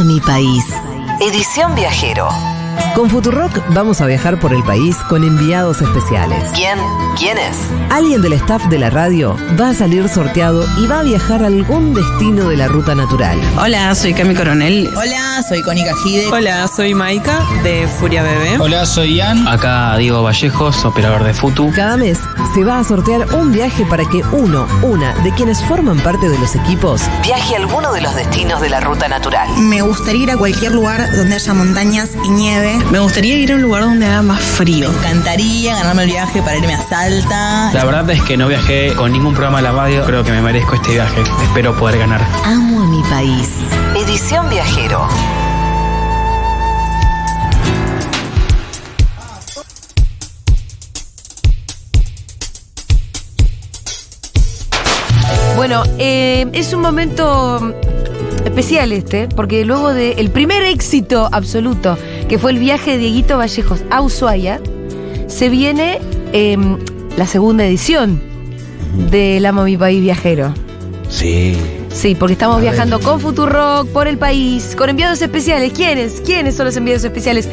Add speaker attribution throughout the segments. Speaker 1: el país.
Speaker 2: Edición Viajero.
Speaker 1: Con Futurock vamos a viajar por el país con enviados especiales.
Speaker 2: ¿Quién? ¿Quién es?
Speaker 1: Alguien del staff de la radio va a salir sorteado y va a viajar a algún destino de la ruta natural.
Speaker 3: Hola, soy Cami Coronel.
Speaker 4: Hola, soy Connie Gide.
Speaker 5: Hola, soy Maika de Furia Bebé.
Speaker 6: Hola, soy Ian.
Speaker 7: Acá Diego Vallejos, operador de Futu.
Speaker 1: Cada mes se va a sortear un viaje para que uno, una de quienes forman parte de los equipos
Speaker 2: Viaje a alguno de los destinos de la ruta natural.
Speaker 8: Me gustaría ir a cualquier lugar donde haya montañas y nieve.
Speaker 3: Me gustaría ir a un lugar donde haga más frío.
Speaker 4: Me encantaría ganarme el viaje para irme a Salta.
Speaker 7: La verdad es que no viajé con ningún programa de la radio. Creo que me merezco este viaje. Espero poder ganar.
Speaker 1: Amo a mi país.
Speaker 2: Edición Viajero.
Speaker 9: Bueno, eh, es un momento especial este, porque luego del primer éxito absoluto, que fue el viaje de Dieguito Vallejos a Ushuaia, se viene eh, la segunda edición del Amo Mi País Viajero.
Speaker 10: Sí.
Speaker 9: Sí, porque estamos
Speaker 10: A ver.
Speaker 9: viajando con Futurock por el país, con enviados especiales. ¿Quiénes? ¿Quiénes son los enviados especiales?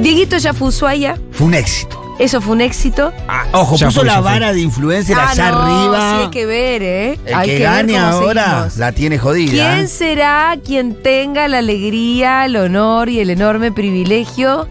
Speaker 9: Dieguito ya fue a Ushuaia,
Speaker 10: Fue un éxito.
Speaker 9: eso fue un éxito.
Speaker 10: Ah, ojo,
Speaker 6: Ya
Speaker 10: puso
Speaker 6: fue,
Speaker 10: la
Speaker 6: ya fue.
Speaker 10: vara de influencer allá
Speaker 9: Ah, no,
Speaker 10: arriba.
Speaker 9: sí hay que ver, ¿eh?
Speaker 10: El
Speaker 9: hay
Speaker 10: que,
Speaker 9: ver
Speaker 10: gane
Speaker 9: cómo
Speaker 10: ahora
Speaker 9: seguimos.
Speaker 10: la tiene jodida.
Speaker 9: ¿Quién será quien tenga la alegría, el honor y el enorme privilegio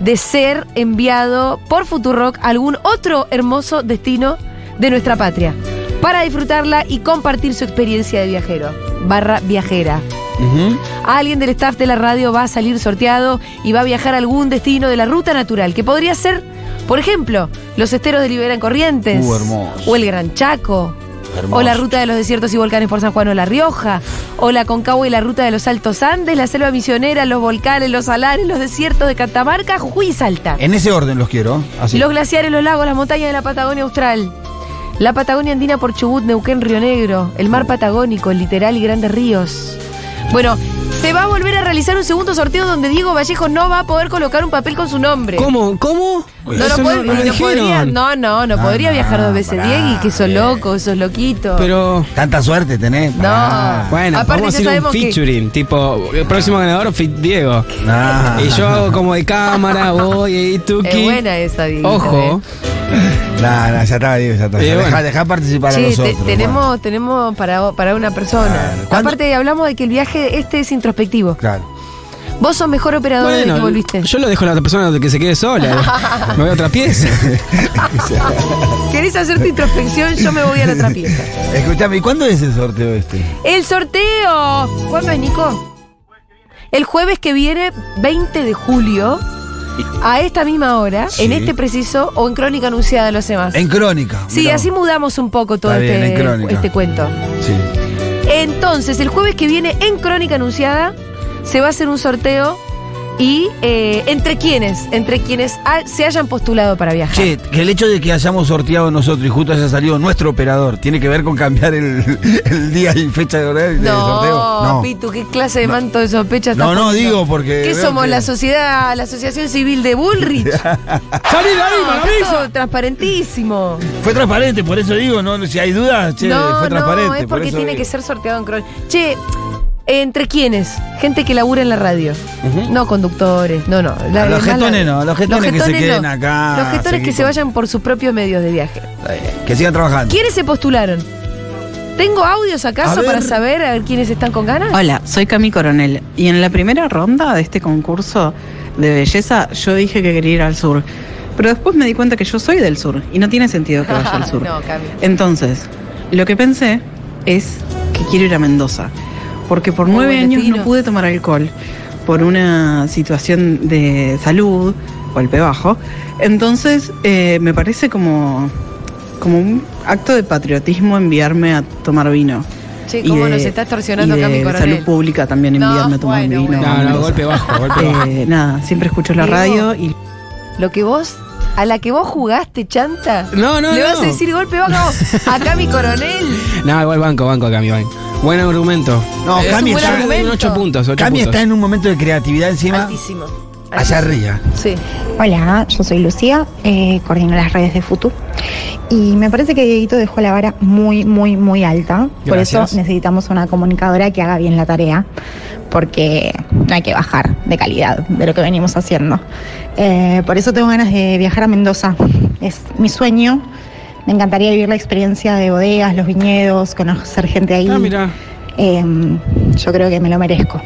Speaker 9: de ser enviado por Futurock a algún otro hermoso destino de nuestra patria? Para disfrutarla y compartir su experiencia de viajero, barra viajera.
Speaker 10: Ujú.
Speaker 9: Alguien del staff de la radio va a salir sorteado y va a viajar a algún destino de la ruta natural, que podría ser, por ejemplo, los esteros de Libera en Corrientes,
Speaker 10: Uh, hermoso.
Speaker 9: o el Gran Chaco,
Speaker 10: Hermoso.
Speaker 9: o la ruta de los desiertos y volcanes por San Juan o La Rioja, o la Concagua y la ruta de los Altos Andes, la selva misionera, los volcanes, los salares, los desiertos de Catamarca, Jujuy y Salta.
Speaker 10: En ese orden los quiero. Así.
Speaker 9: Los glaciares, los lagos, las montañas de la Patagonia Austral. La Patagonia andina por Chubut, Neuquén, Río Negro. El
Speaker 6: Oh.
Speaker 9: mar patagónico, el literal y grandes ríos. Bueno, se va a volver a realizar un segundo sorteo donde Diego Vallejo no va a poder colocar un papel con su nombre.
Speaker 6: ¿Cómo? ¿Cómo?
Speaker 9: No, lo
Speaker 6: Eso
Speaker 9: puede-
Speaker 6: lo
Speaker 9: no podría,
Speaker 6: dijeron.
Speaker 9: no, no, no
Speaker 10: No,
Speaker 9: podría
Speaker 10: no,
Speaker 9: viajar dos veces.
Speaker 10: pará,
Speaker 9: Diego, que sos
Speaker 10: bien.
Speaker 9: loco, sos loquito.
Speaker 6: Pero.
Speaker 10: Tanta suerte tenés.
Speaker 9: No.
Speaker 10: Ah,
Speaker 6: Bueno,
Speaker 9: Aparte
Speaker 6: vamos
Speaker 9: ya
Speaker 6: a hacer un
Speaker 9: sabemos que-
Speaker 6: featuring, tipo, el próximo ganador, Fit Diego.
Speaker 10: ah.
Speaker 6: Y yo hago como de cámara, voy y Tuki.
Speaker 9: es buena esa, ¿eh? Diego.
Speaker 6: Ojo.
Speaker 10: Nah, nah, ya está, Diego, ya está.
Speaker 6: Y
Speaker 10: Ya
Speaker 6: bueno.
Speaker 10: Dejá, dejá participar a
Speaker 9: Che, te-
Speaker 10: nosotros.
Speaker 9: tenemos,
Speaker 10: bueno.
Speaker 9: tenemos para, para una persona.
Speaker 10: Claro. ¿Cuánto-
Speaker 9: Aparte, hablamos de que el viaje este es introspectivo.
Speaker 10: Claro.
Speaker 9: Vos sos mejor operador de que volviste.
Speaker 6: yo lo dejo a la otra persona que se quede sola. Me voy a otra pieza.
Speaker 9: ¿Querés hacer tu introspección? Yo me voy a la otra pieza.
Speaker 10: Escuchame, ¿y cuándo es el sorteo este?
Speaker 9: El sorteo. ¿Cuándo es, Nico? El jueves que viene, 20 de julio, a esta misma hora,
Speaker 10: Sí.
Speaker 9: en este preciso o en Crónica Anunciada, lo sé más.
Speaker 10: En crónica.
Speaker 9: Sí,
Speaker 10: mirá.
Speaker 9: así mudamos un poco todo
Speaker 10: Está bien, en
Speaker 9: este,
Speaker 10: Crónica.
Speaker 9: este cuento.
Speaker 10: Sí.
Speaker 9: Entonces, el jueves que viene, en Crónica Anunciada, se va a hacer un sorteo. ¿Y eh, entre quiénes? Entre quienes ha- se hayan postulado para viajar.
Speaker 10: Che, que el hecho de que hayamos sorteado nosotros y justo haya salido nuestro operador, ¿tiene que ver con cambiar el, el día y fecha de horario de sorteo?
Speaker 9: No, Pitu, ¿qué clase de manto de sospecha estás
Speaker 10: No, no,
Speaker 9: poniendo?
Speaker 10: digo porque
Speaker 9: ¿Qué
Speaker 10: veo
Speaker 9: somos?
Speaker 10: que-
Speaker 9: La sociedad, la Asociación Civil de Bullrich.
Speaker 6: ¡Salí de ahí,
Speaker 9: No, está todo transparentísimo.
Speaker 10: Fue transparente, por eso digo, no, si hay dudas, che,
Speaker 9: no,
Speaker 10: fue transparente.
Speaker 9: no, es
Speaker 10: por
Speaker 9: porque
Speaker 10: eso
Speaker 9: tiene
Speaker 10: digo.
Speaker 9: que ser sorteado en Cron. Che, ¿entre quiénes? Gente que labura en la radio. No conductores, no, no. la-
Speaker 10: A los
Speaker 9: más la-
Speaker 10: jetones no, los jetones que se queden
Speaker 9: no.
Speaker 10: acá,
Speaker 9: Los jetones
Speaker 10: seguir
Speaker 9: que se
Speaker 10: con-
Speaker 9: vayan por sus propios medios de viaje.
Speaker 10: Eh, Que sigan trabajando.
Speaker 9: ¿Quiénes se postularon? ¿Tengo audios
Speaker 10: A
Speaker 9: acaso
Speaker 10: ver.
Speaker 9: para saber a ver quiénes están con ganas?
Speaker 3: Hola, soy Cami Coronel. Y en la primera ronda de este concurso de belleza, yo dije que quería ir al sur. Pero después me di cuenta que yo soy del sur y no tiene sentido que vaya al sur.
Speaker 9: no, Cami.
Speaker 3: Entonces, lo que pensé es que quiero ir a Mendoza, porque por
Speaker 9: Muy
Speaker 3: nueve
Speaker 9: buen
Speaker 3: años
Speaker 9: destino.
Speaker 3: no pude tomar alcohol, por una situación de salud, golpe bajo. Entonces, eh, me parece como, como un acto de patriotismo enviarme a tomar vino.
Speaker 9: Che, cómo
Speaker 3: de-
Speaker 9: nos está extorsionando
Speaker 3: y
Speaker 9: Cami
Speaker 3: de
Speaker 9: Coronel.
Speaker 3: salud pública también
Speaker 9: No,
Speaker 3: enviarme a tomar
Speaker 9: bueno,
Speaker 3: vino.
Speaker 9: bueno.
Speaker 3: a
Speaker 6: No, no,
Speaker 3: Mendoza.
Speaker 6: golpe bajo, golpe bajo.
Speaker 3: Eh, nada, siempre escucho la
Speaker 9: Diego.
Speaker 3: radio y
Speaker 9: Lo que vos, a la que vos jugaste, chanta.
Speaker 6: No, no,
Speaker 9: Le
Speaker 6: no.
Speaker 9: vas a decir golpe bajo a Cami Coronel.
Speaker 6: No, igual banco, banco acá, mi banco. Buen argumento.
Speaker 10: No,
Speaker 6: Eh,
Speaker 10: Cami
Speaker 6: es un buen
Speaker 10: está-
Speaker 6: argumento. Ocho puntos, ocho
Speaker 10: Cami
Speaker 6: puntos.
Speaker 10: está en un momento de creatividad encima,
Speaker 9: Altísimo.
Speaker 10: allá arriba.
Speaker 9: Sí.
Speaker 11: Hola, yo soy Lucía, eh, coordino las redes de Futu y me parece que Dieguito dejó la vara muy, muy, muy alta. Por
Speaker 6: Gracias.
Speaker 11: eso necesitamos una comunicadora que haga bien la tarea, porque no hay que bajar de calidad de lo que venimos haciendo. Eh, por eso tengo ganas de viajar a Mendoza. Es mi sueño. Me encantaría vivir la experiencia de bodegas, los viñedos, conocer gente ahí.
Speaker 6: Ah, mira.
Speaker 11: Eh, yo creo que me lo merezco.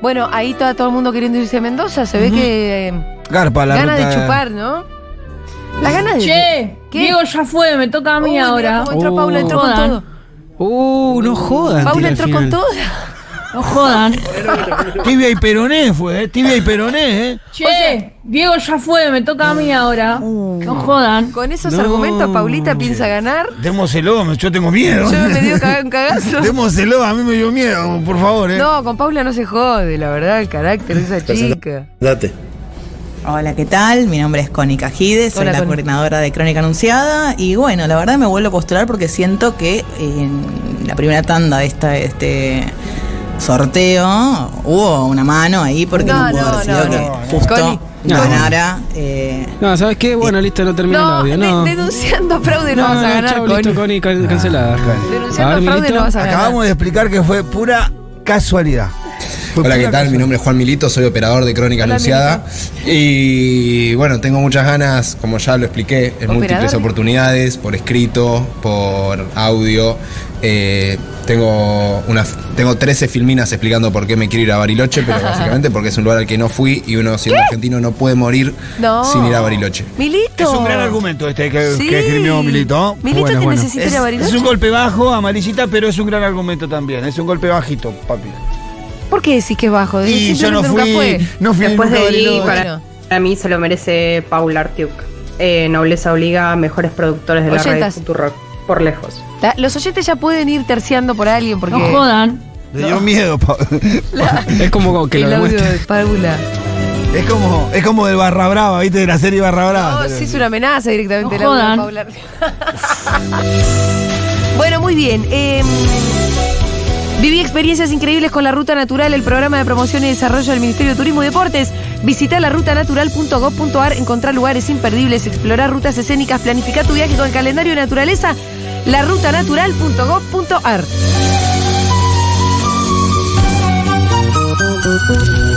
Speaker 9: Bueno, ahí está todo el mundo queriendo irse a Mendoza. Se ve que. eh,
Speaker 10: Garpa, la
Speaker 9: ganas
Speaker 10: ruta-
Speaker 9: de chupar, ¿no? Las ganas de.
Speaker 12: Che,
Speaker 9: ¿Qué?
Speaker 12: Diego ya fue, me toca a mí
Speaker 9: Uy, mira
Speaker 12: ahora. Oh,
Speaker 9: cómo
Speaker 11: Oh.
Speaker 9: entró Paula, entró con
Speaker 12: Jodan.
Speaker 9: todo.
Speaker 6: Uh, no jodan. tira
Speaker 9: Paula
Speaker 6: al
Speaker 9: entró con
Speaker 6: final.
Speaker 9: todo.
Speaker 12: No jodan.
Speaker 10: Tibia y peroné fue, ¿eh? Tibia y peroné, ¿eh?
Speaker 12: Che, Diego ya fue, me toca a mí ahora. No jodan.
Speaker 9: Con esos
Speaker 10: No.
Speaker 9: argumentos, Paulita piensa ganar.
Speaker 10: Démoselo, yo tengo miedo.
Speaker 9: Yo me dio caga- un cagazo.
Speaker 10: Démoselo, a mí me dio miedo, por favor, ¿eh?
Speaker 9: No, con Paula no se jode, la verdad, el carácter de esa chica.
Speaker 4: Date. Hola, ¿qué tal? Mi nombre es Connie Cajides, soy
Speaker 9: Hola,
Speaker 4: la
Speaker 9: Connie.
Speaker 4: coordinadora de Crónica Anunciada y bueno, la verdad me vuelvo a postular porque siento que en la primera tanda de esta, este sorteo hubo una mano ahí porque no,
Speaker 9: No,
Speaker 4: pudo
Speaker 9: no,
Speaker 4: haber sido
Speaker 9: no,
Speaker 4: que
Speaker 9: no.
Speaker 4: justo
Speaker 9: Connie,
Speaker 4: ganara. eh,
Speaker 6: No, ¿sabes qué? Bueno, listo, no termina el
Speaker 9: No,
Speaker 6: audio. No,
Speaker 9: de- denunciando fraude no,
Speaker 6: no,
Speaker 9: vas
Speaker 6: no,
Speaker 9: a ganar, Ah.
Speaker 6: chau,
Speaker 9: Connie.
Speaker 6: listo, Connie, can- cancelada. A
Speaker 9: Denunciando
Speaker 6: ver,
Speaker 9: fraude
Speaker 6: Milito.
Speaker 9: no vas a ganar.
Speaker 10: Acabamos de explicar que fue pura casualidad. Fue
Speaker 13: Hola,
Speaker 10: pura
Speaker 13: ¿qué tal? Mi nombre es Juan Milito, soy operador de Crónica
Speaker 9: Hola,
Speaker 13: Anunciada. Y bueno, tengo muchas ganas, como ya lo expliqué, en múltiples oportunidades, por escrito, por audio. Eh, tengo, una, tengo 13 filminas explicando por qué me quiero ir a Bariloche, pero básicamente porque es un lugar al que no fui y uno siendo argentino no puede morir
Speaker 9: No.
Speaker 13: sin ir a Bariloche.
Speaker 9: Milito.
Speaker 10: Es un gran argumento este que,
Speaker 9: Sí.
Speaker 10: que escribió Milito.
Speaker 9: Milito te necesita ir
Speaker 10: es,
Speaker 9: a Bariloche.
Speaker 10: es un golpe bajo, amarillita, pero es un gran argumento también. Es un golpe bajito, papi.
Speaker 9: ¿Por qué decís que es bajo?
Speaker 10: Y yo no
Speaker 9: Simplemente nunca
Speaker 10: fui,
Speaker 9: fue.
Speaker 10: no fui
Speaker 14: Después
Speaker 10: nunca a
Speaker 14: de Lee,
Speaker 10: Bariloche.
Speaker 14: para, para mí se lo merece Paul Artiuk. Eh, Nobleza obliga a mejores productores de la red
Speaker 9: Oyentas.
Speaker 14: Futurock, por lejos.
Speaker 9: La- los oyentes ya pueden ir terciando por alguien porque.
Speaker 12: No jodan.
Speaker 10: Le dio miedo, pa-
Speaker 6: Es como que lo
Speaker 9: el audio
Speaker 6: demuestre.
Speaker 9: de Paula.
Speaker 10: es como Es como de Barra Brava, ¿viste? De la serie Barra Brava.
Speaker 9: No, sí, es una amenaza directamente
Speaker 12: No
Speaker 9: el audio de
Speaker 12: jodan.
Speaker 9: Paula. bueno, muy bien. eh, viví experiencias increíbles con la Ruta Natural, el programa de promoción y desarrollo del Ministerio de Turismo y Deportes. Visita la rutanatural.gov.ar, encontrar lugares imperdibles, explorar rutas escénicas, planificar tu viaje con el calendario de naturaleza. La rutanatural.gov.ar.